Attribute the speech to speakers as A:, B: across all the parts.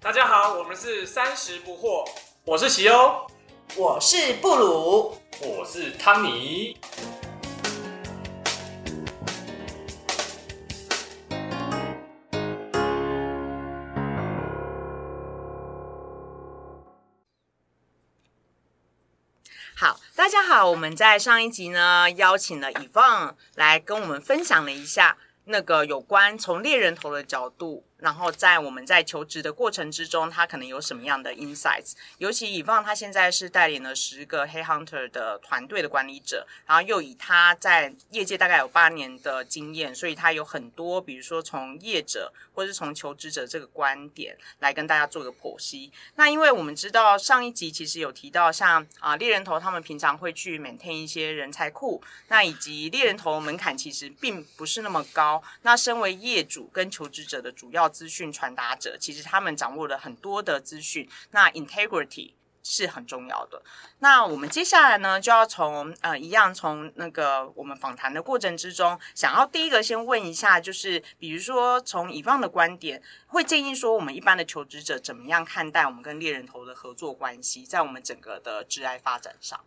A: 大家好，我们是三十不惑，我是喜欧，
B: 我是布鲁，
C: 我是汤尼。
B: 好，大家好，我们在上一集呢邀请了 e v o n 来跟我们分享了一下那个有关从猎人头的角度，然后在我们在求职的过程之中，他可能有什么样的 insights。尤其 e v o n 他现在是带领了十个 Hey Hunter 的团队的管理者，然后又以他在业界大概有八年的经验，所以他有很多，比如说从业者或是从求职者这个观点来跟大家做个剖析。那因为我们知道上一集其实有提到像，啊猎人头他们平常会去 maintain 一些人才库，那以及猎人头门槛其实并不是那么高。那身为业主跟求职者的主要资讯传达者，其实他们掌握了很多的资讯，那 integrity 是很重要的。那我们接下来呢，就要从呃一样从那个我们访谈的过程之中，想要第一个先问一下，就是比如说从乙方的观点，会建议说我们一般的求职者怎么样看待我们跟猎人头的合作关系，在我们整个的职涯发展上。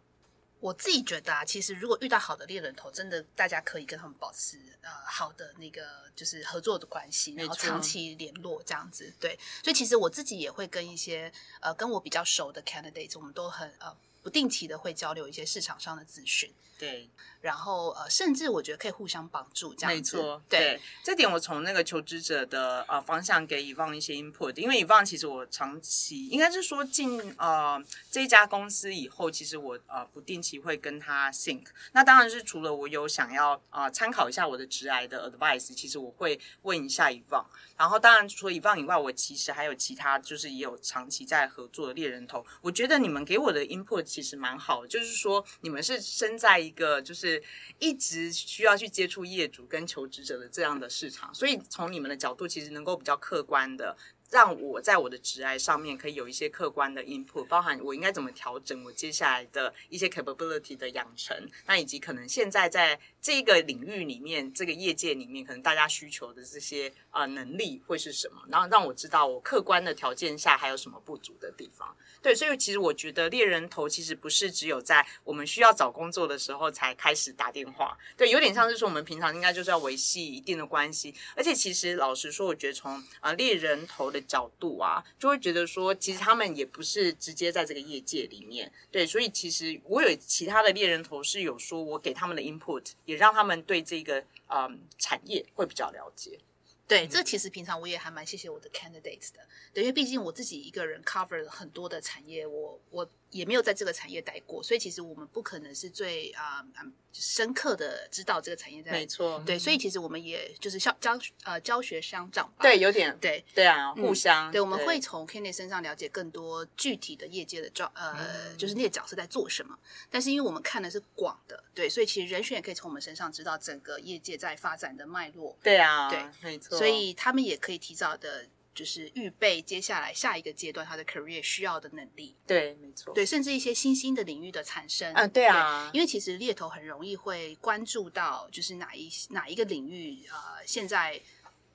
D: 我自己觉得啊，其实如果遇到好的猎人头，真的大家可以跟他们保持呃好的那个就是合作的关系，然后
B: 没错
D: 长期联络这样子。对，所以其实我自己也会跟一些呃跟我比较熟的 candidates，我们都很呃不定期的会交流一些市场上的资讯，
B: 对，
D: 然后呃甚至我觉得可以互相帮助这
B: 没
D: 样子。
B: 错，
D: 对，
B: 这点我从那个求职者的呃方向给 Evan 一些 input，因为 Evan 其实我长期应该是说进呃这一家公司以后，其实我呃不定期会跟他 think。那当然是除了我有想要呃参考一下我的职癌的 advice，其实我会问一下 Evan。然后当然除了 Evan 以外，我其实还有其他就是也有长期在合作的猎人头。我觉得你们给我的 input 其实蛮好的，就是说你们是身在一个就是一直需要去接触业主跟求职者的这样的市场，所以从你们的角度，其实能够比较客观的让我在我的职涯上面可以有一些客观的 input，包含我应该怎么调整我接下来的一些 capability 的养成，那以及可能现在在这个领域里面、这个业界里面，可能大家需求的这些啊、呃能力会是什么，然后让我知道我客观的条件下还有什么不足的地方。对，所以其实我觉得猎人头其实不是只有在我们需要找工作的时候才开始打电话，对，有点像是说我们平常应该就是要维系一定的关系，而且其实老实说，我觉得从啊猎人头的角度啊，就会觉得说，其实他们也不是直接在这个业界里面，对，所以其实我有其他的猎人头是有说我给他们的 input，也让他们对这个嗯产业会比较了解，嗯
D: 对，这其实平常我也还蛮谢谢我的 candidates 的，对，因为毕竟我自己一个人 cover 了很多的产业，我我也没有在这个产业待过，所以其实我们不可能是最啊、嗯深刻的知道这个产业在。
B: 错，嗯
D: 对，嗯所以其实我们也就是教教呃教学相长吧。
B: 对，有点
D: 对
B: 对啊，
D: 嗯
B: 互相、
D: 对，我们会从 Kenny 身上了解更多具体的业界的状呃，就是
B: 嗯
D: 那个角色在做什么。但是因为我们看的是广的，对，所以其实人选也可以从我们身上知道整个业界在发展的脉络。
B: 对啊，
D: 对，
B: 没错，
D: 所以他们也可以提早的，就是预备接下来下一个阶段他的 career 需要的能力，
B: 对，没错，
D: 对，甚至一些新兴的领域的产生。
B: 嗯，对啊，
D: 因为其实猎头很容易会关注到，就是哪一哪一个领域，呃，现在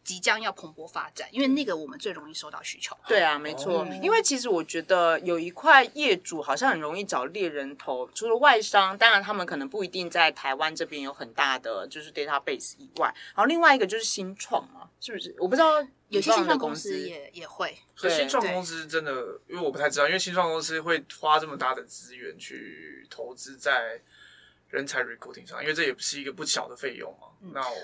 D: 即将要蓬勃发展，因为那个我们最容易收到需求。
B: 对啊，没错，
C: 哦
D: 嗯
B: 因为其实我觉得有一块业主好像很容易找猎人头，除了外商，当然他们可能不一定在台湾这边有很大的就是 database 以外，然后另外一个就是新创嘛，是不是？我不知道
D: 有些新
B: 的
D: 创公司
B: 司，
D: 也也会，
A: 可
B: 对
A: 新创
D: 对
A: 公司真的，因为我不太知道，因为新创公司会花这么大的资源去投资在人才 recruiting 上，因为这也不是一个不小的费用嘛。
D: 嗯
A: 那我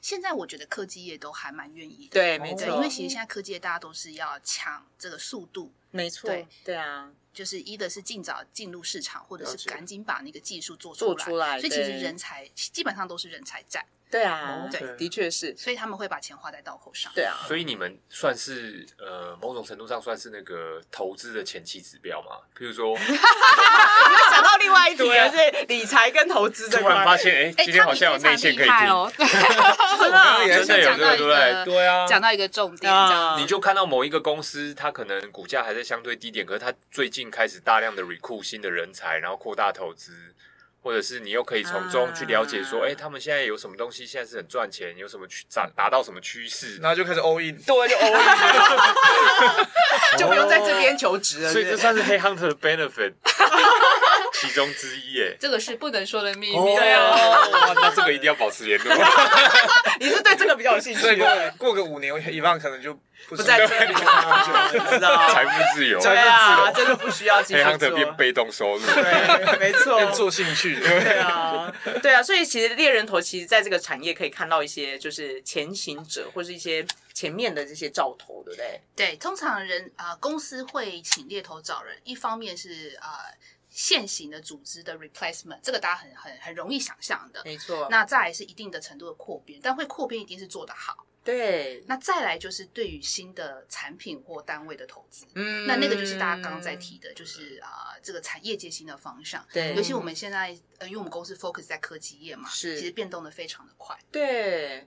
D: 现在我觉得科技业都还蛮愿意的。
B: 对，
C: 哦
B: 没
D: 对，
B: 错，
D: 因为其实现在科技业大家都是要抢这个速度，
B: 没错
D: 对，
B: 对啊，
D: 就是一的是尽早进入市场，或者
A: 了
D: 是
A: 解
D: 赶紧把那个技术做
B: 做
D: 来。
B: 出来
D: 所以其实
B: 对
D: 人才基本上都是人才战，
B: 对
C: 哦
B: 啊，
A: OK
B: 的确是，
D: 所以他们会把钱花在刀口上。
B: 对啊，
C: 所以你们算是呃某种程度上算是那个投资的前期指标嘛？譬如说，
B: 你会想到另外一题，
C: 对啊
B: 就是理财跟投资这
C: 突
B: 块
C: 然，发现哎、今天好像有内线可以听，
D: 听。
B: 真的
C: 真的有这个对不对？对啊，
D: 讲到一个重点，
B: 啊
D: 这样
C: 你就看到某一个公司，它可能股价还在相对低点，可是它最近开始大量的 recruit 新的人才，然后扩大投资。或者是你又可以从中去了解说，
B: 啊
C: 哎、他们现在有什么东西现在是很赚钱，有什么趋达达到什么趋势，
A: 然后就开始 all in。
C: 对，就 all
B: 就不用在这边求职
C: in，
B: 了。
C: 哦所以
B: 对
C: 这
B: 不对
C: 算是黑 hunter 的 benefit 其中之一耶。
E: 这个是不能说的秘密。
B: 对啊
C: 哦，那这个一定要保持联 络。
B: 你是对这个比较有兴趣
A: 所以过
B: 的，
A: 过个五年，一万可能就不
B: 不
A: 是
B: 在这里啊了， 你知道？
C: 财富自由，
B: 对
A: 财
B: 啊，真的不需要继
C: 黑
B: 续
C: 行
B: 做。
C: 特变被动收入。
B: 对， 没
A: 变
B: 错。
A: 做兴趣。
B: 对啊，对啊，所以其实猎人头其实在这个产业可以看到一些就是前行者或是一些前面的这些兆头，对不对？
D: 对，通常人啊、呃公司会请猎头找人，一方面是啊、呃现行的组织的 replacement，这个大家很很很容易想象的。
B: 没错那
D: 那再来是一定的程度的扩编，但会扩编一定是做得好。
B: 对，
D: 那再来就是对于新的产品或单位的投资，
B: 嗯
D: 那那个就是大家刚刚在，提的，就是啊、呃这个产业界新的方向。
B: 对
D: 尤其我们现在，呃，因为我们公司 focus 在科技业嘛，
B: 是
D: 其实变动的非常的快。
B: 对。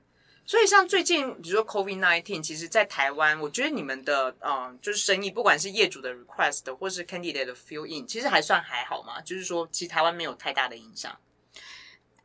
B: 所以像最近，比如说 COVID nineteen，其实，在台湾，我觉得你们的嗯、呃就是生意，不管是业主的 request 或是 candidate 的 fill in，其实还算还好嘛。就是说，其实台湾没有太大的影响。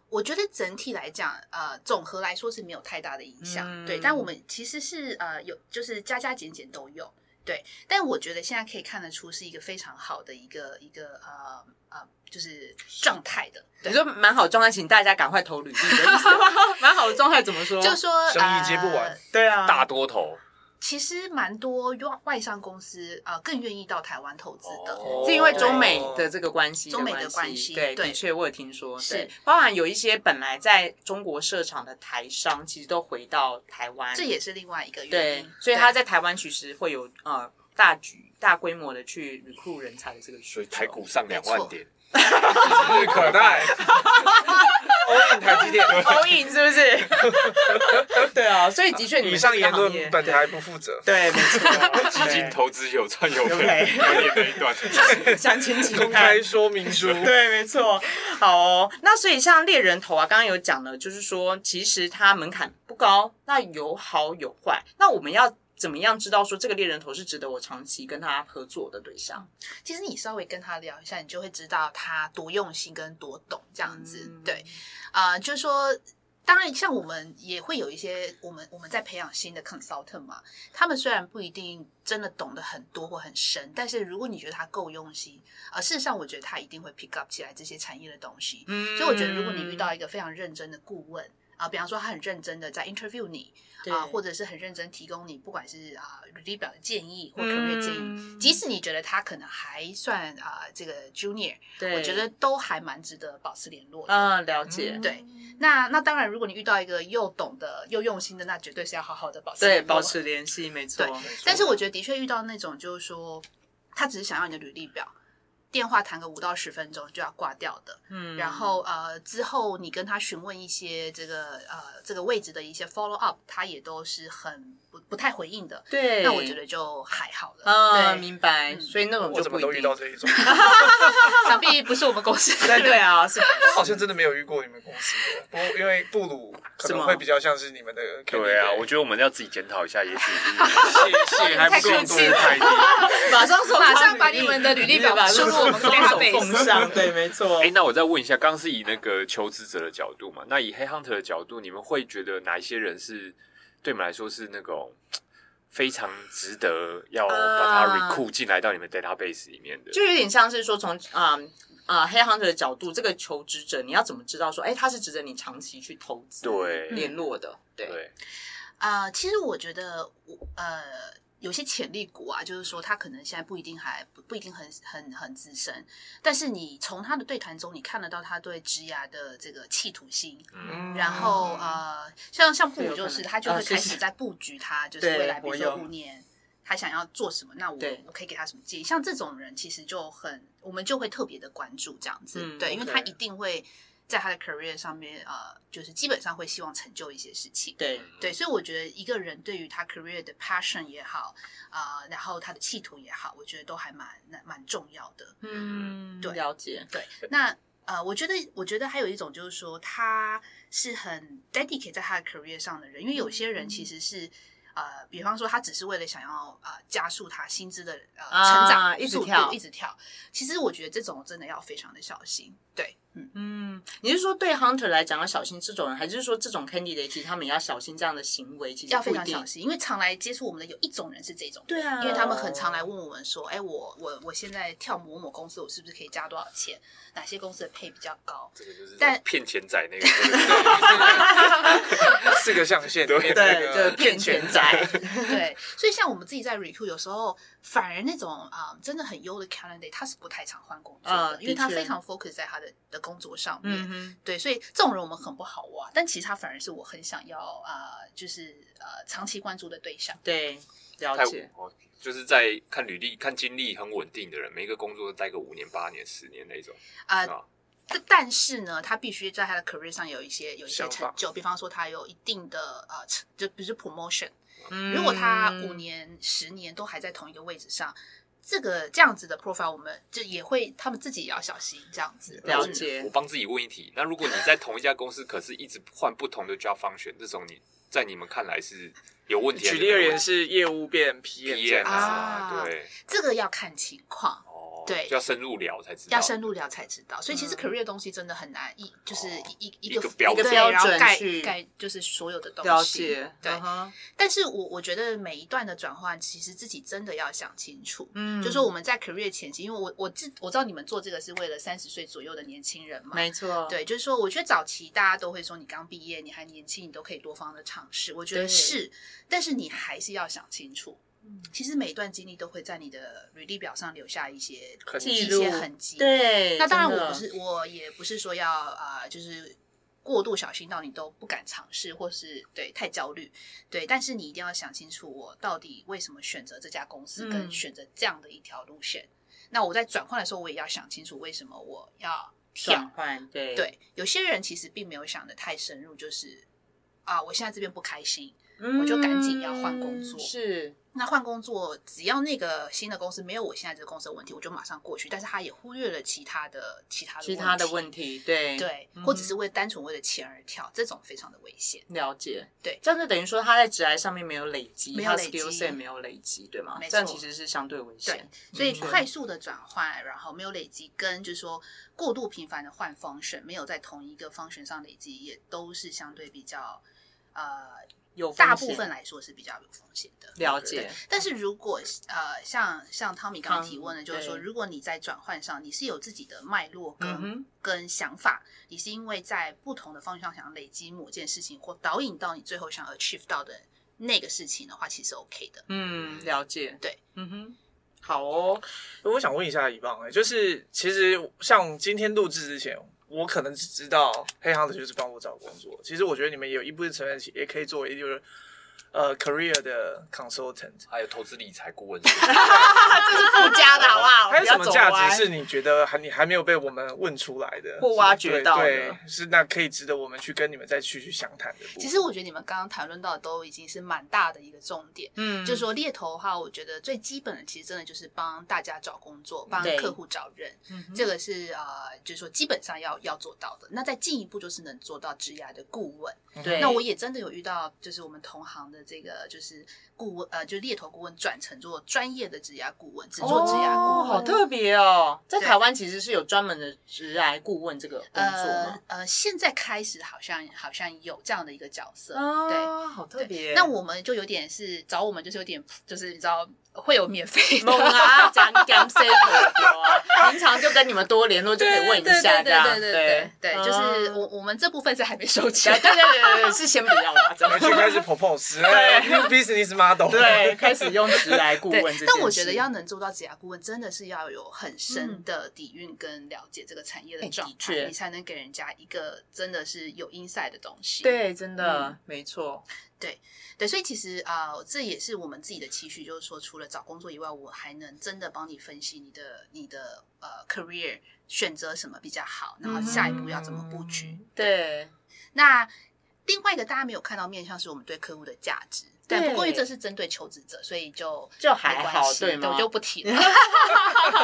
D: 我觉得整体来讲，呃，总和来说是没有太大的影响，
B: 嗯
D: 对。但我们其实是呃有，就是加加减减都有，对。但我觉得现在可以看得出是一个非常好的一个一个呃呃，就是状态的，
B: 你
D: 对。
B: 说蛮好的状态，请大家赶快投履历的意思 吗？蛮好的状态怎么说？
D: 就说
A: 生意接不完
D: 呃
B: 对啊，
C: 大多头，
D: 其实蛮多外外商公司啊、呃更愿意到台湾投资的，
C: 哦
B: 是因为中美的这个关系，
D: 中美的
B: 关
D: 关系
B: 对，
D: 对
B: 的确我有听说，
D: 是
B: 对，包含有一些本来在中国设厂的台商，其实都回到台湾，
D: 这也是另外一个原
B: 对
D: 因。，
B: 所以
D: 对
B: 他在台湾其实会有呃大举大规模的去 recruit 人才的这个需求，
C: 所以台股上两万 点，
A: 指日可待。all in 台积电。
B: 投影是不是？ 对啊，所以的确你们
A: 以上
B: 这个
A: 言
B: 行业
A: 论本台不负责。
B: 对，没错，
C: 基金投资有赚有赔，
B: 对
C: 有点那一段。
B: 对详情请
A: 公
B: 看
A: 开说明书，
B: 对，没错。好、哦，那所以像猎人头啊，刚刚有讲了，就是说其实它门槛不高，那有好有坏。那我们要怎么样知道说这个猎人头是值得我长期跟他合作的对象？
D: 其实你稍微跟他聊一下，你就会知道他多用心跟多懂这样子。
B: 嗯
D: 对，呃，就说。当然，像我们也会有一些我们我们在培养新的 consultant 嘛，他们虽然不一定真的懂得很多或很深，但是如果你觉得他够用心，呃，事实上我觉得他一定会 pick up 起来这些产业的东西。
B: 嗯
D: 所以我觉得，如果你遇到一个非常认真的顾问啊、比方说他很认真的在 interview 你
B: 对
D: 啊、或者是很认真地提供你，不管是啊履历表的建议或 career 建议，
B: 嗯
D: 即使你觉得他可能还算啊、这个 junior，
B: 对，
D: 我觉得都还蛮值得保持联络的。
B: 嗯、了解，
D: 对那那当然，如果你遇到一个又懂得又用心的，那绝对是要好好的保持
B: 对，
D: 联络
B: 保。持联系，没错。
D: 对但是我觉得的确遇到那种就是说，他只是想要你的履历表，电话谈个五到十分钟就要挂掉的，
B: 嗯
D: 然后呃之后你跟他询问一些这个呃这个位置的一些 follow up，他也都是很不不太回应的。
B: 对，
D: 那我觉得就还好了。
B: 啊，
D: 对，
B: 明白。
D: 嗯
B: 所以那种
A: 我
B: 就
A: 怎
B: 不
A: 么
B: 一
A: 都遇
B: 定
A: 到。这 一种，
D: 想必不是我们公司的
B: 对
D: 人
B: 对啊，是
A: 我好像真的没有遇过你们公司的。不过因为布鲁可
B: 是吗
A: 能会比较像是你们的 candidate。
C: 对啊，我觉得我们要自己检讨一 下，也许
A: 谢谢，
C: 还不够资太低。
B: 马上说
D: 马上把你们的 履历表输入我们 database
B: 奉上，对，没错。
C: 哎，那我再问一下，刚刚是以那个求职者的角度嘛，那以黑 hunter 的角度，你们会觉得哪一些人是对你们来说是那种非常值得要把它
B: 啊
C: recruit 进来到你们 database 里面的？
B: 就有点像是说从啊啊黑 hunter 的角度，这个求职者你要怎么知道说，哎、他是值得你长期去投资、
C: 对
B: 联络的？对，
C: 对，
D: 啊、其实我觉得我，呃，有些潜力股啊，就是说他可能现在不一定还不不一定很很很资深，但是你从他的对谈中，你看得到他对职涯的这个企图心。
C: 嗯，
D: 然后呃，像像布
B: 哦这有
D: 鲁
B: 可
D: 就是
B: 能
D: 他就
B: 啊
D: 会
B: 谢
D: 开
B: 谢
D: 始在布局他，就是
B: 对
D: 未来比
B: 我
D: 如说
B: 有
D: 五年他想要做什么，那我
B: 对
D: 我可以给他什么建议？像这种人其实就很，我们就会特别的关注这样子，
B: 嗯
D: 对，因为他
B: OK
D: 一定会在他的 career 上面呃，就是基本上会希望成就一些事情。
B: 对
D: 对，所以我觉得一个人对于他 career 的 passion 也好，啊、然后他的企图也好，我觉得都还蛮蛮蛮重要的。
B: 嗯，
D: 对
B: 了解，
D: 对，那呃，我觉得我觉得还有一种就是说，他是很 dedicate 在他的 career 上的人，因为有些人
B: 嗯
D: 其实是。呃，比方说，他只是为了想要呃加速他薪资的呃
B: 啊
D: 成长
B: 一直
D: 速度
B: 跳
D: 一直跳。其实我觉得这种真的要非常的小心。对，嗯，
B: 嗯，你是说对 hunter 来讲要小心这种人，还是说这种 candidate 其实他们也要小心这样的行为？其实
D: 要
B: 不
D: 非
B: 一
D: 常
B: 定
D: 小。心，因为常来接触我们的有一种人是这种，
B: 对啊，
D: 因为他们很常来问我们说，哎，我我我现在跳某某公司，我是不是可以加多少钱？哪些公司的配比较高？
C: 这个就是
D: 但
C: 骗钱仔那个，
A: 四个象限，
C: 对
A: 面那
B: 对，
A: 个
B: 就骗钱仔，
D: 对，所以像我们自己在 recruit 有时候，反而那种啊、呃真的很优的 candidate，他是不太常换工作的，
B: 啊
D: 因为他
B: 的确
D: 非常 focus 在他的的工作上面。
B: 嗯哼，
D: 对，所以这种人我们很不好挖，但其实他反而是我很想要啊、呃就是呃长期关注的对象。
B: 对，
C: 太
B: 了
C: 稳
B: 解，
C: 哦，就是在看履历、看经历很稳定的人，每一个工作都待个五年、八年、十年那种
D: 啊
B: 哦
C: 啊。
D: 但但是呢，他必须在他的 career 上有一些有一些
A: 想
D: 成
A: 法
D: 就，比方说他有一定的呃，成就比如说 promotion，
B: 嗯
D: 如果他五年、十年都还在同一个位置上，这个这样子的 profile，我们就也会他们自己也要小心这样子。
B: 了解
C: 我，帮自己问一题，那如果你在同一家公司，可是一直换不同的 job function，这种你在你们看来是有问题还
A: 举
C: 是
A: 例
C: 没有
A: 而
C: 问题？
A: 言是业务变 PM 这
C: PM
A: 样子
C: 啊，
D: 啊
C: 对，
D: 这个要看情况，
C: 哦，
D: 对
C: 就要深入聊才知道，
D: 要深入聊才知道。所以其实
B: 嗯
D: career 的东西真的很难一就是
C: 哦
D: 一一
C: 一
D: 个
C: 个标
D: 一个
C: 准
D: 然
B: 标
D: 后
B: 准
D: 盖
B: 去
D: 盖就是所有的东西。
B: 了解，
D: 对
B: 嗯哼
D: 但是我我觉得每一段的转换，其实自己真的要想清楚。
B: 嗯，
D: 就说我们在 career 前期，因为我我知我知道你们做这个是为了三十岁左右的年轻人嘛，
B: 没错，
D: 对，就是说，我觉得早期大家都会说，你刚毕业，你还年轻，你都可以多方的尝试。我觉
B: 对嗯
D: 得是，但是你还是要想清楚。其实每一段经历都会在你的履历表上留下一些
A: 痕迹
D: 一
B: 记录
D: 些痕迹。，
B: 对，
D: 那当然
B: 真的
D: 我不是，我也不是说要啊、呃就是过度小心到你都不敢尝试，或是对太焦虑。对，但是你一定要想清楚，我到底为什么选择这家公司，跟
B: 嗯
D: 选择这样的一条路线。那我在转换的时候，我也要想清楚为什么我要跳
B: 转。换，对，
D: 对，有些人其实并没有想的太深入，就是啊，我现在这边不开心，
B: 嗯
D: 我就赶紧要换工作
B: 是，
D: 那换工作，只要那个新的公司没有我现在这个公司的问题，我就马上过去。但是他也忽略了其他的其他的
B: 其他的问题，
D: 题，
B: 对，
D: 对，
B: 嗯
D: 或者是为单纯为了钱而跳，这种非常的危险。
B: 了解，
D: 对
B: 这样就等于说他在职涯上面没有累积，
D: 没有
B: 他
D: 累积
B: skill set 没有累积，对吗？
D: 没错
B: 这样其实是相对危险，
D: 所以
B: 嗯
D: 快速的转换，然后没有累积，跟就是说过度频繁的换 function，没有在同一个 function 上累积，也都是相对比较呃，
B: 有风险
D: 大部分来说是比较有风险的。
B: 了解，嗯
D: 但是如果呃，像像汤米刚刚提问的，
B: 汤
D: 就是说，
B: 对
D: 如果你在转换上你是有自己的脉络跟、
B: 嗯哼，
D: 跟想法，你是因为在不同的方向想累积某件事情，或导引到你最后想 achieve 到的那个事情的话，其实 OK 的。
B: 嗯，了解，
D: 对，
B: 嗯哼，好哦，
A: 我想问一下以棒、欸，就是其实像今天录制之前，我可能只知道黑行的就是帮我找工作。其实我觉得你们有一部分成员也可以作为就是呃 career 的 consultant。
C: 还有投资理财顾问，
B: 这是附加 的好不好？
A: 还有什
B: 不
A: 么
B: 要走
A: 价
B: 歪
A: 值是你觉得还你还没有被我们问出来的
B: 或挖掘到的
A: 对，对是那可以值得我们去跟你们再去去详谈的部分。
D: 其实
B: 嗯
D: 我觉得你们刚刚谈论到的都已经是蛮大的一个重点。
B: 嗯，
D: 就是说猎头的话，我觉得最基本的其实真的就是帮大家找工作，帮
B: 对
D: 客户找人，
B: 嗯哼
D: 这个是呃，就是说基本上要要做到的。那再进一步就是能做到职涯的顾问。
B: 对，
D: 那我也真的有遇到，就是我们同行的这个就是顾问，呃，就猎头顾问转成做专业的职涯顾问，只做职涯
B: 哦，
D: 顾
B: 好
D: 问。
B: 特别哦，在
D: 对
B: 台湾其实是有专门的职涯顾问这个工作哦
D: 呃
B: 吗？
D: 呃，现在开始好像好像有这样的一个角色，呃对。
B: 啊，好特别。
D: 对，那我们就有点是找我们，就是有点就是你知道会有免费的
B: 猛啊，讲讲 C 多，平常就跟你们多联络就可以问一下这
D: 对
B: 样，
D: 对对对对，对就是
B: 嗯
D: 我我们这部分是还没收
B: 对
D: 钱。
B: 对对对对，是先不要啦，真
A: 我们去
B: 的。
A: 开始 propose 哎 new business model。
B: 对，开始用职来顾
D: 对
B: 问这件事，
D: 但我觉得要能做到职涯顾问，真的是要有很深
B: 嗯
D: 的底蕴跟了解这个产业
B: 哎
D: 的状
B: 的
D: 态，
B: 确
D: 你才能给人家一个真的是有 inside 的东西。
B: 对，真的没错，
D: 对，所以其实啊、呃这也是我们自己的期许，就是说，除了找工作以外，我还能真的帮你分析你的你的呃 career 选择什么比较好，然后
B: 嗯
D: 下一步要怎么布局。
B: 对，
D: 那另外一个大家没有看到面向是我们对客户的价值，
B: 对
D: 对，不过因为这是针对求职者，所以就
B: 就还好
D: 没关系
B: 对吗
D: 我就不 提了。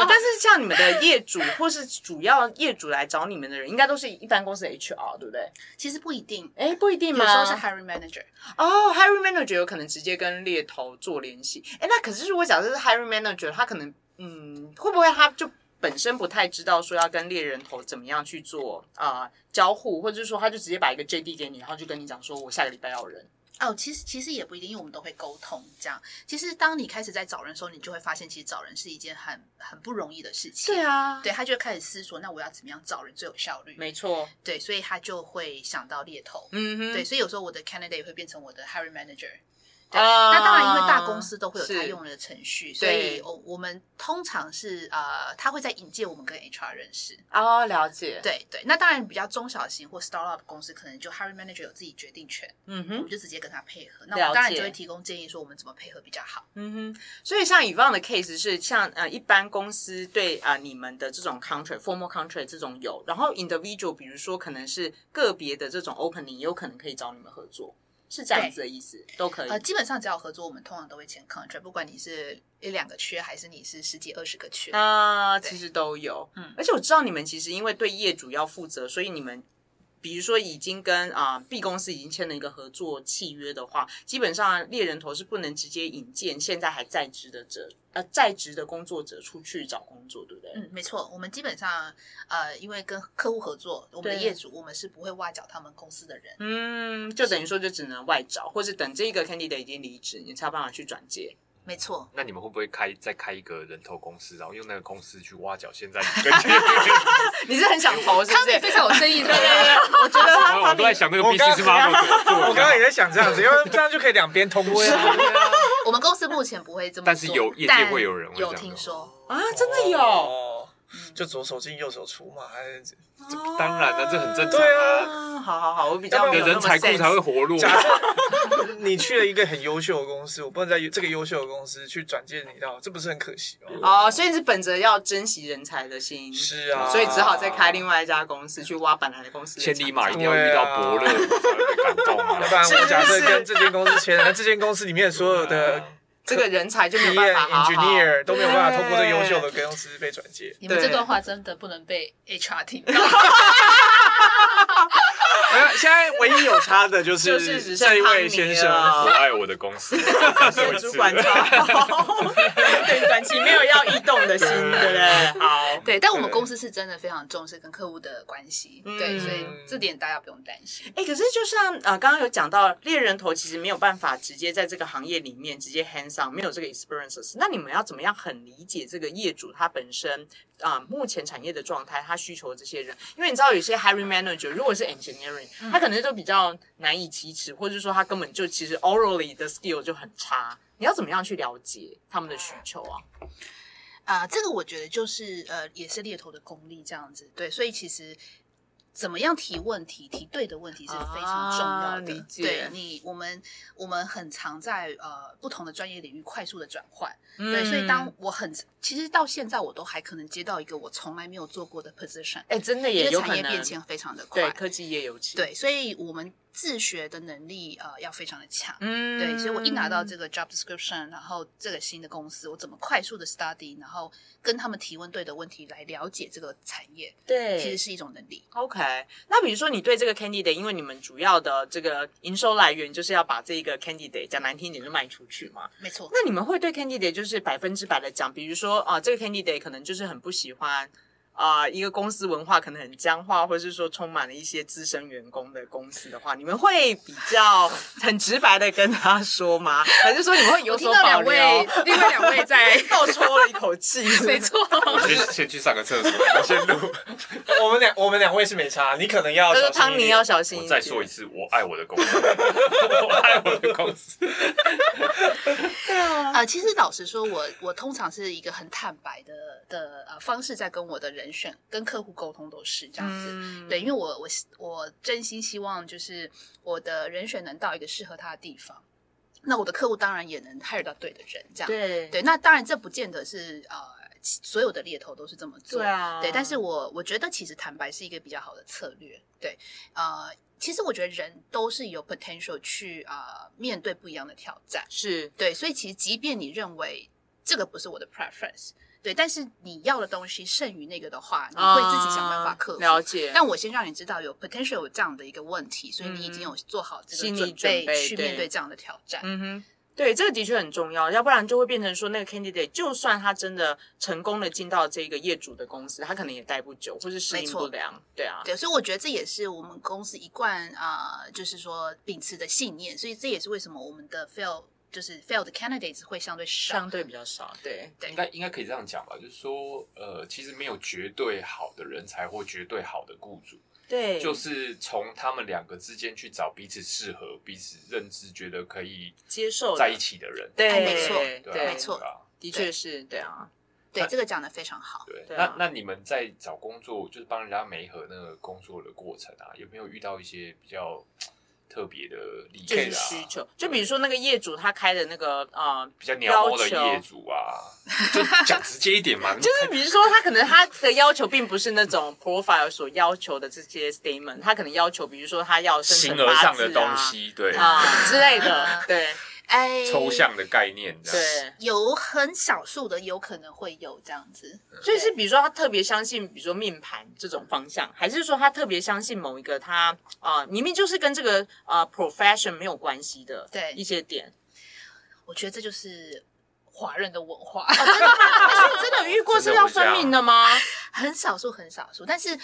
B: 但是像你们的业主或是主要业主来找你们的人，应该都是一般公司的 HR，对不对？
D: 其实不一定，
B: 哎，不一定
D: 有
B: 吗？
D: 时候是 hiring manager，
B: 哦、h i r i n g manager 有可能直接跟猎头做联系。哎，那可是如果假设是 hiring manager，他可能嗯，会不会他就本身不太知道说要跟猎人头怎么样去做啊、呃交互，或者是说他就直接把一个 JD 给你，然后就跟你讲说我下个礼拜要人。
D: 哦，其实其实也不一定，因为我们都会沟通。这样，其实当你开始在找人的时候，你就会发现，其实找人是一件很很不容易的事情。
B: 啊，
D: 对，他就会开始思索，那我要怎么样找人最有效率？
B: 没错，
D: 对，所以他就会想到猎头。
B: 嗯哼，
D: 对，所以有时候我的 candidate 也会变成我的 hiring manager。对，
B: 啊
D: 那当然，因为大公司都会有他
B: 是
D: 用的程序，所
B: 对
D: 以我我们通常是呃，他会在引荐我们跟 HR 认识。
B: 哦，了解，，
D: 对对，那当然比较中小型或 startup 公司，可能就 hiring manager 有自己决定权，
B: 嗯
D: 我
B: 哼
D: 们，就直接跟他配合。那我们
B: 了
D: 当然
B: 解
D: 就会提供建议，说我们怎么配合比较好。
B: 嗯哼，所以像以往的 case 是像呃一般公司对啊、呃你们的这种 contract formal contract 这种有，然后 individual 比如说可能是个别的这种 opening 也有可能可以找你们合作，是这样子的意思，都可以。
D: 呃，基本上只要有合作，我们通常都会签 contract，不管你是一两个缺，还是你是十几二十个
B: 啊
D: 缺。
B: 那
D: 对
B: 其实都有，
D: 嗯
B: 而且我知道你们其实因为对业主要负责，所以你们比如说已经跟啊、B 公司已经签了一个合作契约的话，基本上猎人头是不能直接引荐现在还在职的者呃在职的工作者出去找工作，对不对？
D: 嗯，没错，我们基本上呃，因为跟客户合作，我们的
B: 对
D: 业主，我们是不会挖角他们公司的人。
B: 嗯，就等于说就只能外找，或是等这个 candidate 已经离职，你才有办法去转接。
D: 没错，
C: 那你们会不会开再开一个人头公司，然后用那个公司去挖角现在你跟前面？
B: 你是很想投，是不
D: 康
B: 是
D: 美？非常有生意的
B: 我觉得他帮
C: 我我都在
B: 你
C: 想那个
A: 我
C: business
A: 刚
C: model 怎么做。
A: 我刚刚也在想这样子，因为这样就可以两边通吃。
D: 我们公司目前不会这么做，
C: 但是有业界
D: 但
C: 会有人
D: 有
C: 会这样哦
D: 听
C: 弄
D: 说，
B: 啊，真的有，
A: 哦就左手进右手出嘛，哎
C: 当然了这很正
A: 常
B: 啊。好好好，我比较
A: 要不
B: 没
C: 你
B: 有那
A: 然
C: 的人
B: 么
C: 才库
B: sense
C: 才会活络。
A: 假设你去了一个很优秀的公司，我不能在这个优秀的公司去转介你到，这不是很可惜吗？
B: 哦，所以是本着要珍惜人才的心，
A: 是啊，
B: 所以只好再开另外一家公司去挖本来的公司的
C: 千里马一定要
A: 对啊
C: 遇到伯乐，你才会被感动啊！
A: 不然
B: 是不
A: 我
B: 是
A: 假设跟这间公司签了，那这间公司里面所有的
B: 这个人才 就没有
A: PM
B: 办法好好
A: engineer 都没有办法通过这个优秀的
B: 对
A: 公司被转介。
D: 你们
B: 对
D: 这段话真的不能被 HR 听到。
A: 没有现在唯一有差的就
B: 就是只
A: 是
B: 剩
A: 这一
B: 康
A: 位
B: 尼
A: 先
B: 了
A: 生，
C: 我爱我的公司，
B: 是主管超好， 对，短期没有要异动的心，对不对？好，
D: 对，但我们
A: 对
D: 公司是真的非常重视跟客户的关系，对，
B: 嗯
D: 所以这点大家不用担心。
B: 哎，可是就像呃，刚刚有讲到猎人头，其实没有办法直接在这个行业里面直接 hands on，没有这个 experiences。那你们要怎么样很理解这个业主他本身啊、呃目前产业的状态，他需求的这些人？因为你知道有些 hiring manager 如果是 engineering，他
D: 嗯
B: 可能就比较难以启齿，或者说他根本就其实 orally 的 skill 就很差。你要怎么样去了解他们的需求啊？
D: 啊、这个我觉得就是呃，也是猎头的功力这样子。对，所以其实怎么样提问题，提对的问题是非常重要
B: 啊
D: 的。
B: 理解
D: 对你，我们我们很常在呃不同的专业领域快速的转换。
B: 对
D: 对，
B: 嗯
D: 所以当我很其实到现在我都还可能接到一个我从来没有做过的 position，
B: 哎、真的
D: 因
B: 也
D: 为
B: 有可
D: 产业
B: 能
D: 变迁非常的
B: 对
D: 快。
B: 科技业尤其，
D: 对，所以我们自学的能力呃要非常的强。
B: 嗯
D: 对，所以我一拿到这个 job description，然后这个新的公司，我怎么快速的 study，然后跟他们提问对的问题来了解这个产业，
B: 对，
D: 其实是一种能力。
B: OK，那比如说你对这个 candidate，因为你们主要的这个营收来源就是要把这一个 candidate 讲难听一点就卖出去嘛。
D: 没错，
B: 那你们会对 candidate 就是百分之百的讲，比如说啊、这个 candidate 可能就是很不喜欢啊、一个公司文化可能很僵化，或者是说充满了一些资深员工的公司的话，你们会比 较很直白的跟他说吗？还是说你们会有
D: 我听
B: 所
D: 到
B: 保
D: 两
B: 留？
D: 位，另外两
B: ，
D: 位在
B: 倒抽了一口气，
D: 没错，
C: 我先先去上个厕所，我先录。
A: 我们两我们两位是没差，你可能要
B: 就是
A: 小心一
B: 汤
A: 点
B: 尼要小心一
C: 我
B: 点。
C: 再说一次，我爱我的公司， 我爱我的公司。
D: 呃，其实老实说，我我通常是一个很坦白的的呃方式在跟我的人选、跟客户沟通都是这样子。
B: 嗯
D: 对，因为我我希我真心希望就是我的人选能到一个适合他的地方，那我的客户当然也能 hire 到对的人，这样
B: 对
D: 对。那当然这不见得是呃其所有的猎头都是这么做，
B: 对啊，
D: 对但是我我觉得其实坦白是一个比较好的策略，对，呃，其实我觉得人都是有 potential 去呃面对不一样的挑战。
B: 是
D: 对，所以其实即便你认为这个不是我的 preference，对，但是你要的东西剩余那个的话，你会自己想办法克服。
B: 啊嗯了解，
D: 但我先让你知道有 potential 有这样的一个问题，所以你已经有做好这个
B: 嗯心理
D: 准
B: 准备
D: 去面
B: 对
D: 对这样的挑战。
B: 嗯哼，对，这个的确很重要，要不然就会变成说，那个 candidate 就算他真的成功的进到这个业主的公司，他可能也待不久，或是适
D: 没
B: 应
D: 错
B: 不良。对啊，
D: 对，所以我觉得这也是我们公司一贯啊、呃就是说秉持的信念，所以这也是为什么我们的 fail 就是 fail 的 candidates 会相对少。
B: 相对比较少。对，
D: 对
E: 应该应该可以这样讲吧，就是说，呃，其实没有绝对好的人才或绝对好的雇主，
B: 对，
E: 就是从他们两个之间去找彼此适合、彼此认知、觉得可以
B: 接受的
E: 在一起的人。
B: 对，
D: 哎没错
E: 对啊，
B: 对
D: 没错
E: 对啊。
B: 的确是，对啊，
D: 对，这个讲的非常好。
E: 对，
B: 对啊
E: 那那你们在找工作，就是帮人家媒合那个工作的过程啊，有没有遇到一些比较特别的例子
B: 就
E: 啊？
B: 是需求。就比如说那个业主他开的那个呃，
E: 比较鸟毛的业主啊，就讲直接一点 嘛，
B: 就是比如说他可能他的要求并不是那种 profile 所要求的这些 statement，他可能要求比如说他要生
C: 形
B: 辰
C: 而
B: 八
C: 上
B: 字
C: 的东西，对，
B: 啊啊之类的，对
D: 哎，
C: 抽象的概念这样。
B: 对。
D: 有很少数的有可能会有这样子。
C: 嗯
B: 所以是比如说他特别相信，比如说命盘这种方向，还是说他特别相信某一个他啊、呃明明就是跟这个啊、呃 profession 没有关系的
D: 对
B: 一些点？
D: 我觉得这就是华人的文化，
B: 所以啊你真的有遇过是要算命的吗？
D: 很少数很少数，但是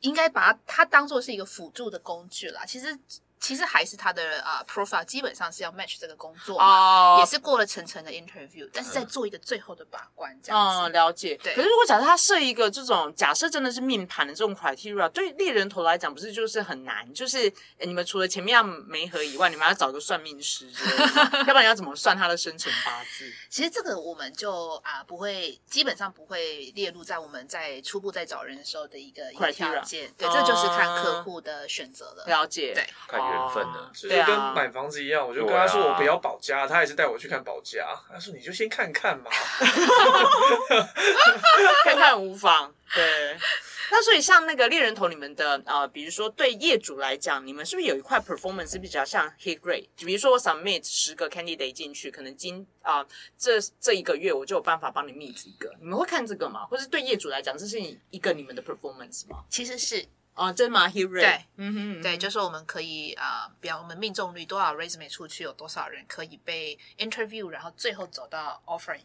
D: 应该把它它当做是一个辅助的工具啦。其实其实还是他的啊、profile 基本上是要 match 这个工作嘛。也
B: 哦
D: 是过了层层的 interview，但是在做一个最后的把关，这样
B: 嗯，
D: 子。
B: 了解。
D: 对
B: 可是如果假设他设一个这种假设真的是命盘的这种 criteria，对猎人头来讲不是就是很难？就是呃你们除了前面要媒合以外，你们还要找一个算命师之类的吗， 要不然要怎么算他的生辰八 字？
D: 其实这个我们就啊、不会，基本上不会列入在我们在初步在找人的时候的一个一个
B: Criteria
D: 条件。对，
B: 哦
D: 这就是看客户的选择了。
B: 了解。
D: 对
C: 看缘分呢
B: 哦
A: 就是
B: 对
A: 跟
B: 啊，
A: 买房子一样，我就
C: 对
A: 跟他说
C: 啊
A: 我不要保价，他也是带我去看保价。他说你就先看看嘛，
B: 看看无妨。对。那所以像那个猎人头，你们的呃，比如说对业主来讲，你们是不是有一块 performance 是比较像 hit rate？比如说我 submit 十个 candidate 进去，可能今啊、这这一个月我就有办法帮你 meet 一个，你们会看这个吗？或是对业主来讲，这是你一个你们的 performance 吗？
D: 其实是
B: 啊、真吗？hit rate？
D: 对，
B: 嗯哼嗯哼
D: 对，就说我们可以啊、呃，比方我们命中率多少 resume 出去，有多少人可以被 interview，然后最后走到 offering，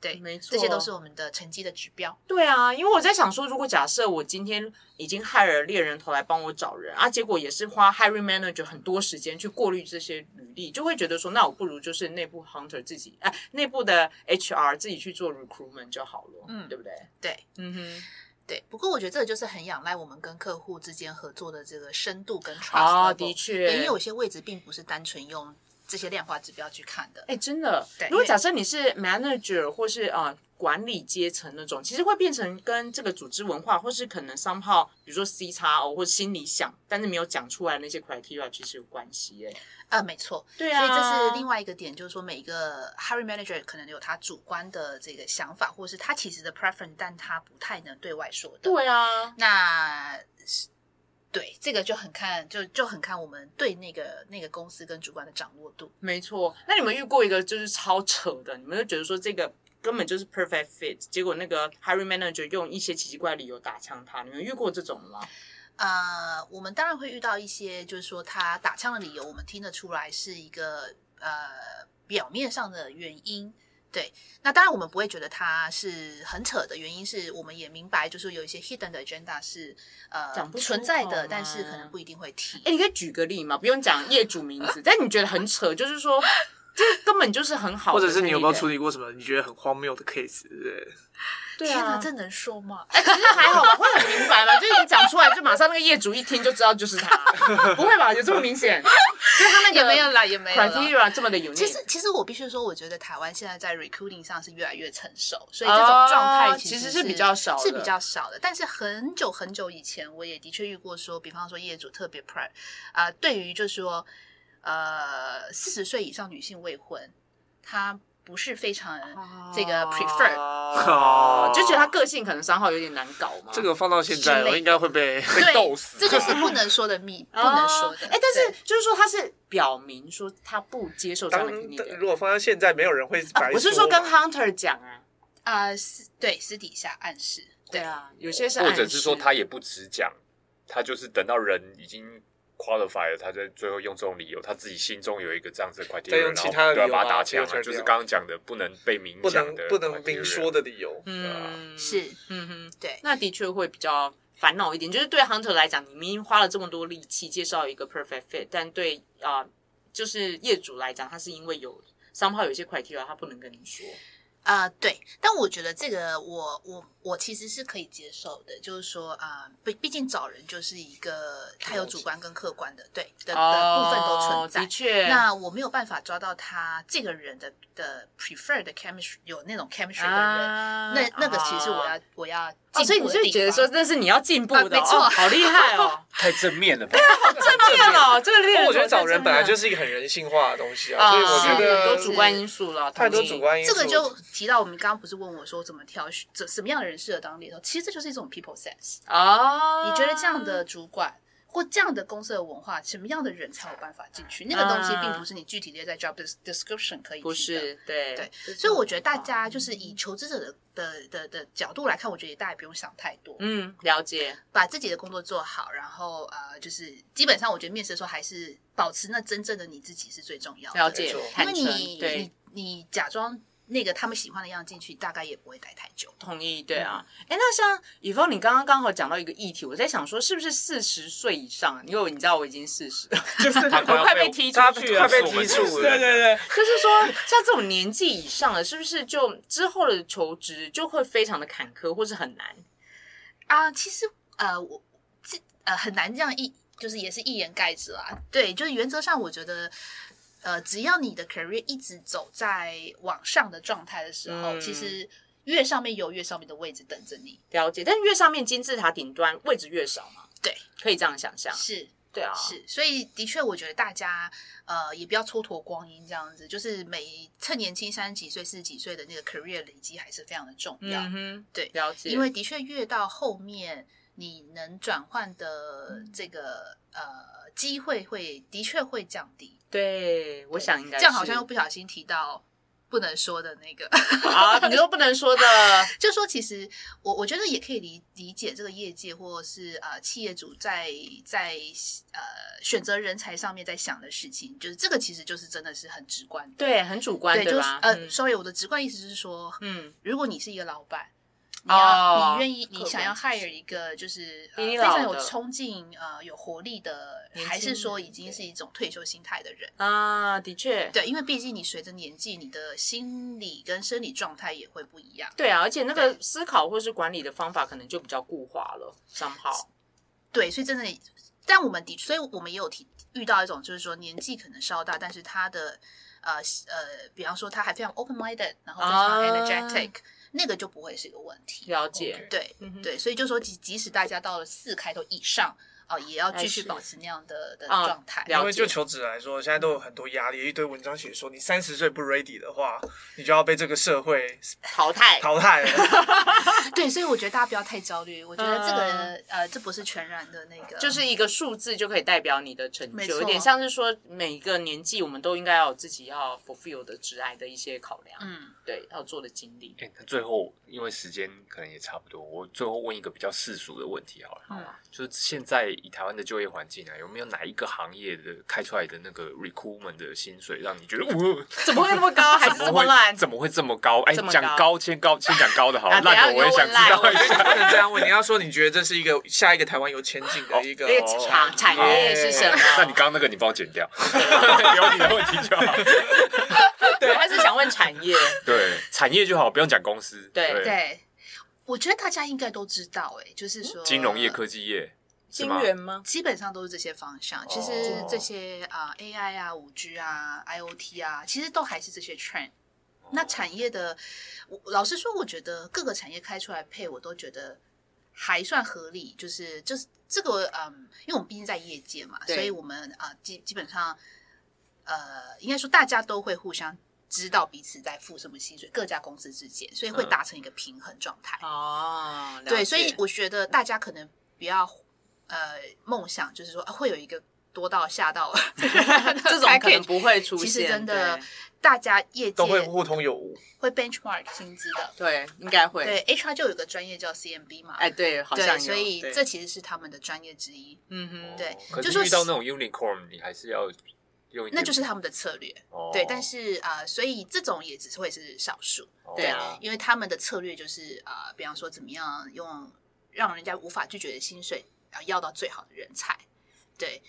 D: 对，
B: 没错
D: 这些都是我们的成绩的指标。
B: 对啊，因为我在想说，如果假设我今天已经 hire 了猎人头来帮我找人啊，结果也是花 hiring manager 很多时间去过滤这些履历，就会觉得说，那我不如就是内部 hunter 自己，哎、内部的 HR 自己去做 recruitment 就好了，
D: 嗯
B: 对不对？
D: 对
B: 嗯哼，
D: 对，不过我觉得这个就是很仰赖我们跟客户之间合作的这个深度跟 trust
B: 哦，的
D: level 对因
B: 确。
D: 为有些位置并不是单纯用这些量化指标去看的。
B: 哎，真的
D: 对，
B: 如果
D: 因为
B: 假设你是 manager 或是啊、呃管理阶层那种，其实会变成跟这个组织文化，或是可能 somehow，比如说 C 叉 O 或心里想，但是没有讲出来那些 criteria，其实有关系哎。
D: 呃，没错，
B: 对
D: 所
B: 啊，
D: 以这是另外一个点，就是说每一个 hiring manager 可能有他主观的这个想法，或是他其实的 preference，但他不太能对外说的。
B: 对啊，
D: 那是对这个就很看，就就很看我们对那个那个公司跟主管的掌握度。
B: 没错。那你们遇过一个就是超扯的，你们就觉得说这个根本就是 perfect fit，结果那个 hiring manager 用一些奇奇怪的理由打枪他，你们遇过这种吗？
D: 呃，我们当然会遇到一些，就是说他打枪的理由，我们听得出来是一个呃表面上的原因。对，那当然我们不会觉得他是很扯的原因，是我们也明白，就是有一些 hidden 的 agenda 是呃
B: 讲不出
D: 存在
B: 口
D: 的，
B: 吗
D: 但是可能不一定会提。
B: 哎，你可以举个例吗？不用讲业主名字，但你觉得很扯，就是说这根本就是很好
A: 或
B: 的 candidate，
A: 者是你有没有处理过什么你觉得很荒谬的 case？对不对
B: 对
D: 天哪，
B: 啊，
D: 这能说吗？
B: 哎，其实还好吧，会很明白吧？就是你讲出来，就马上那个业主一听就知道就是他，不会吧？有这么明显？就是他那
D: 也
B: 个
D: 没有啦，也没有啦。
B: criteria 这么的 unique，
D: 其实，其实我必须说，我觉得台湾现在在 recruiting 上是越来越成熟，所以
B: 哦
D: 这种状态
B: 其实
D: 实
B: 是比较少的
D: 是比较少的。但是很久很久以前，我也的确遇过说，比方说业主特别 pride 啊、对于就是说呃四十岁以上女性未婚，她不是非常这个
B: 啊
D: prefer，、
B: 哦就觉得他个性可能三号有点难搞嘛。
A: 这个放到现在，
D: 之类
A: 我
D: 的
A: 应该会 被
D: 对，
C: 斗死
D: 这就是不能说的 秘，不
B: 哦
D: 能说的。
B: 哎、但
D: 对
B: 是就是说他是表明说他不接受这样
A: 当
B: 的 c a n d i
A: 如果放到现在，没有人会白
B: 我是说
A: 嘛
B: 跟 Hunter 讲啊，
D: 啊，私、对私底下暗示，对
B: 啊，有些是暗
C: 或
B: 示
C: 者是说他也不直讲，他就是等到人已经 qualify 了，他在最后用这种理由，他自己心中有一个这样子的 criteria，
A: 再用
C: 然
A: 其
C: 后
A: 他的
C: 对啊
A: 理由
C: 把
A: 把
C: 它
A: 它
C: 打枪啊，
A: filter
C: 就是
A: 掉
C: 刚刚讲的不能被明
A: 不
C: 讲
A: 能
C: 的，
A: 不能明说。的理由。
B: 嗯，
D: 是，
B: 嗯哼，
D: 对，
B: 那的确会比较烦恼一点。就是对 hunter 来讲，你明明花了这么多力气介绍一个 perfect fit，但对啊、呃就是业主来讲，他是因为有 somehow 有一些 criteria 他不能跟你说。
D: 啊、对，但我觉得这个我我我其实是可以接受的，就是说啊，呃毕、毕竟找人就是一个他有主观跟客观的，对的的部分都存在
B: 哦的。确，啊
D: 那我没有办法抓到他这个人的的 prefer 的 chemistry 有那种 chemistry 的人，
B: 啊
D: 那那个其实我要、
B: 啊
D: 我要
B: 哦，
D: 进
B: 所以
D: 步
B: 你
D: 的
B: 就
D: 地
B: 觉得
D: 方
B: 说那是你要进步的，
D: 啊没错
B: 哦好厉害 哦，
C: 太正面了吧？
B: 正面哦，这个猎
A: 不
B: 人
A: 过我觉得找人本来就是是一个很人性化的东西啊，
B: 啊，
A: 所以我觉
B: 很
A: 得嗯
B: 多主观因素了，
A: 太多
B: 同意
A: 主。观因素
D: 这
A: 了。
D: 个就提到我们刚刚不是问我说怎么挑选，怎什么样的人适合当猎头？其实这就是一种 people sense。
B: 哦，
D: 你觉得这样的主管或这样的公司的文化，什么样的人才有办法进去？那个东西并不是你具体列在 job des- description 可以
B: 啊不
D: 去的。
B: 是嗯对
D: 对，所以我觉得大家就是以求职者的的的的角度来看，我觉得也大家也不用想太多，
B: 嗯了解，
D: 把自己的工作做好，然后呃，就是基本上我觉得面试的时候还是保持那真正的你自己是最重要的。
B: 了解
A: 没错，
D: 因
B: 坦
D: 为
B: 诚，
D: 你
B: 对
D: 你，你假装那个他们喜欢的样子进去，大概也不会待太久。
B: 同意，对啊。
D: 嗯
B: 哎、那像以峰，你刚刚刚好讲到一个议题，我在想说，是不是四十岁以上？因为你知道我已经四十，
A: 就是
C: 他
B: 我
C: 快
B: 快
C: 被
B: 被踢出
A: 他
B: 去
A: 快
B: 了。
A: 被踢出了，
C: 对对
A: 对，
B: 就是说，像这种年纪以上的，是不是就之后的求职就会非常的坎坷，或是很难？
D: 啊、其实呃，我这呃很难这样一就是也是一言盖之啦。对，就是原则上我觉得，呃，只要你的 career 一直走在往上的状态的时候，
B: 嗯
D: 其实越上面有越上面的位置等着你。
B: 了解，但越上面金字塔顶端位置越少嘛？
D: 对，
B: 可以这样想象。
D: 是
B: 对啊，
D: 是，所以的确，我觉得大家呃也不要蹉跎光阴这样子，就是每趁年轻三十几岁、四十几岁的那个 career 累积还是非常的重要。
B: 嗯哼，
D: 对
B: 了解。
D: 因为的确越到后面，你能转换的
B: 嗯
D: 这个、呃机会会的确会降低。
B: 对，我想应该
D: 这样好像
B: 是
D: 又不小心提到不能说的那个，
B: 啊，你都不能说的，
D: 就说其实我我觉得也可以理理解这个业界或是呃企业主在在呃选择人才上面在想的事情，就是这个其实就是真的是很直观的。
B: 对，很主观，
D: 对，就是
B: 吧？
D: 呃、
B: 嗯
D: s o r r y 我的直观意思是说，
B: 嗯，
D: 如果你是一个老板，你要、
B: 哦
D: 你愿意，
B: 客
D: 你
B: 观
D: 想要
B: 知识
D: hire 一个就是、呃、
B: 比你
D: 非
B: 老
D: 常有
B: 的
D: 冲劲、呃有活力的
B: 年，
D: 还
B: 轻
D: 是说
B: 人
D: 已经
B: 对
D: 是一种退休心态的人？
B: 啊，的确，
D: 对，因为毕竟你随着年纪，你的心理跟生理状态也会不一样。
B: 对啊，而且那个
D: 对
B: 思考或是管理的方法可能就比较固化了，上号
D: 对，所以真的，但我们的，所以我们也有提遇到一种，就是说年纪可能稍大，但是他的呃呃，比方说他还非常 open minded，然后非常
B: 啊
D: energetic，、那个就不会是一个问题。
B: 了解。
D: 对，
B: 嗯哼
D: 对，所以就说即即使大家到了四开头以上啊、也要
B: 还
D: 继续
B: 是
D: 保持那样的的
B: 啊
D: 状态。
B: 了
A: 因为
B: 解
A: 就求职来说，现在都有很多压力，一堆文章写说你三十岁不 ready 的话，你就要被这个社会
B: 淘
D: 哎
B: 汰，
A: 淘汰 了。
D: 对，所以我觉得大家不要太焦虑。我觉得这个、
B: 嗯
D: 呃，这不是全然的那个，
B: 就是一个数字就可以代表你的成
D: 没
B: 就，
D: 错
B: 有点像是说每一个年纪我们都应该要有自己要 fulfill 的职涯的一些考量，
D: 嗯，
B: 对，要做的经 历。
C: 哎那最后因为时间可能也差不多，我最后问一个比较世俗的问题好了。
A: 嗯
B: 好啊，
C: 就是现在以台湾的就业环境啊，有没有哪一个行业的开出来的那个 recruitment 的薪水，让你觉得，呃、
B: 怎么会那么高， 还是这
C: 怎么
B: 么烂
C: 会？怎么会这么高？哎、
B: 这么高
C: 讲高先高先讲高的好，
B: 啊等一下
C: 烂的我也想知道一
B: 又问
C: 下。
A: 你不能这样问，你要说你觉得这是一个下一个台湾有前景
D: 哦
A: 的一个
D: 哎
B: 那个哎
C: 哦
B: 产产业是什么？
C: 那你刚刚那个你帮我剪 掉，留你的问题 就好。
B: 对，他是想问产业，
C: 对，产业就好，不用讲公司。
B: 对
D: 对。我觉得大家应该都知道、哎，就是说
C: 嗯金融业、科技业 是
B: 金
C: 吗？
B: 源吗？
D: 基本上都是这些方向。其实
C: 哦
D: 这些啊、呃 AI 啊、五 G 啊、IOT 啊，其实都还是这些 trend。那
C: 哦
D: 产业的，我老实说，我觉得各个产业开出来配，我都觉得还算合理。就是就是这个，嗯，因为我们毕竟在业界嘛，
B: 对
D: 所以我们啊、呃基基本上，呃，应该说大家都会互相知道彼此在付什么薪水，各家公司之间，所以会
C: 嗯
D: 达成一个平衡状态。
B: 哦，了
D: 对，
B: 解
D: 所以我觉得大家可能不要呃梦 想，就是说、啊、会有一个多到吓到
B: 这种可能不会出现，
D: 其实真的
B: 对
D: 大家业界
A: 都会互通有无。
D: 会 benchmark 薪资的。
B: 对，应该会。
D: 对，HR 就有个专业叫 CMB 嘛，
B: 哎，对，好像
D: 对，
B: 有。
D: 所以
B: 对
D: 这其实是他们的专业之一，
B: 嗯哼，
D: 对
C: 可
D: 就是说
C: 遇到
D: 是
C: 那种 unicorn，你还是要用一点，
D: 那就是他们的策略。
C: 哦
D: 对，但是啊、呃所以这种也只是会是少数，
C: 哦
B: 对啊
D: 因为他们的策略就是啊、呃比方说怎么样用让人家无法拒绝的薪水，然后要到最好的人才。对，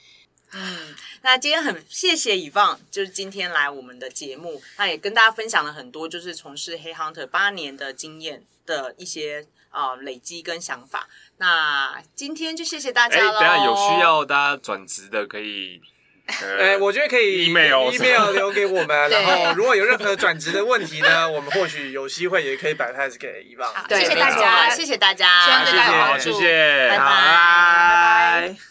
B: 嗯，那今天很谢谢以放，就是今天来我们的节目，那也跟大家分享了很多，就是从事黑 hunter 八年的经验的一些呃累积跟想法。那今天就谢谢大
C: 哎，
B: 家
C: 等
B: 喽。
C: 一下有需要大家转职的可以，
A: 哎，
C: 呃，
A: 我觉得可以
C: Email
A: email 留给 我们，然后
D: 对
A: 如果有任何转职的问题呢，我们或许有机会也可以摆 pass 给伊棒。
D: 好
B: 对，
D: 谢谢
B: 没
D: 大家
B: 错谢谢大家，
D: 希望对大家有
C: 好
D: 帮
C: 谢
D: 助
C: 谢，
B: 拜拜
C: 好拜
B: 拜拜。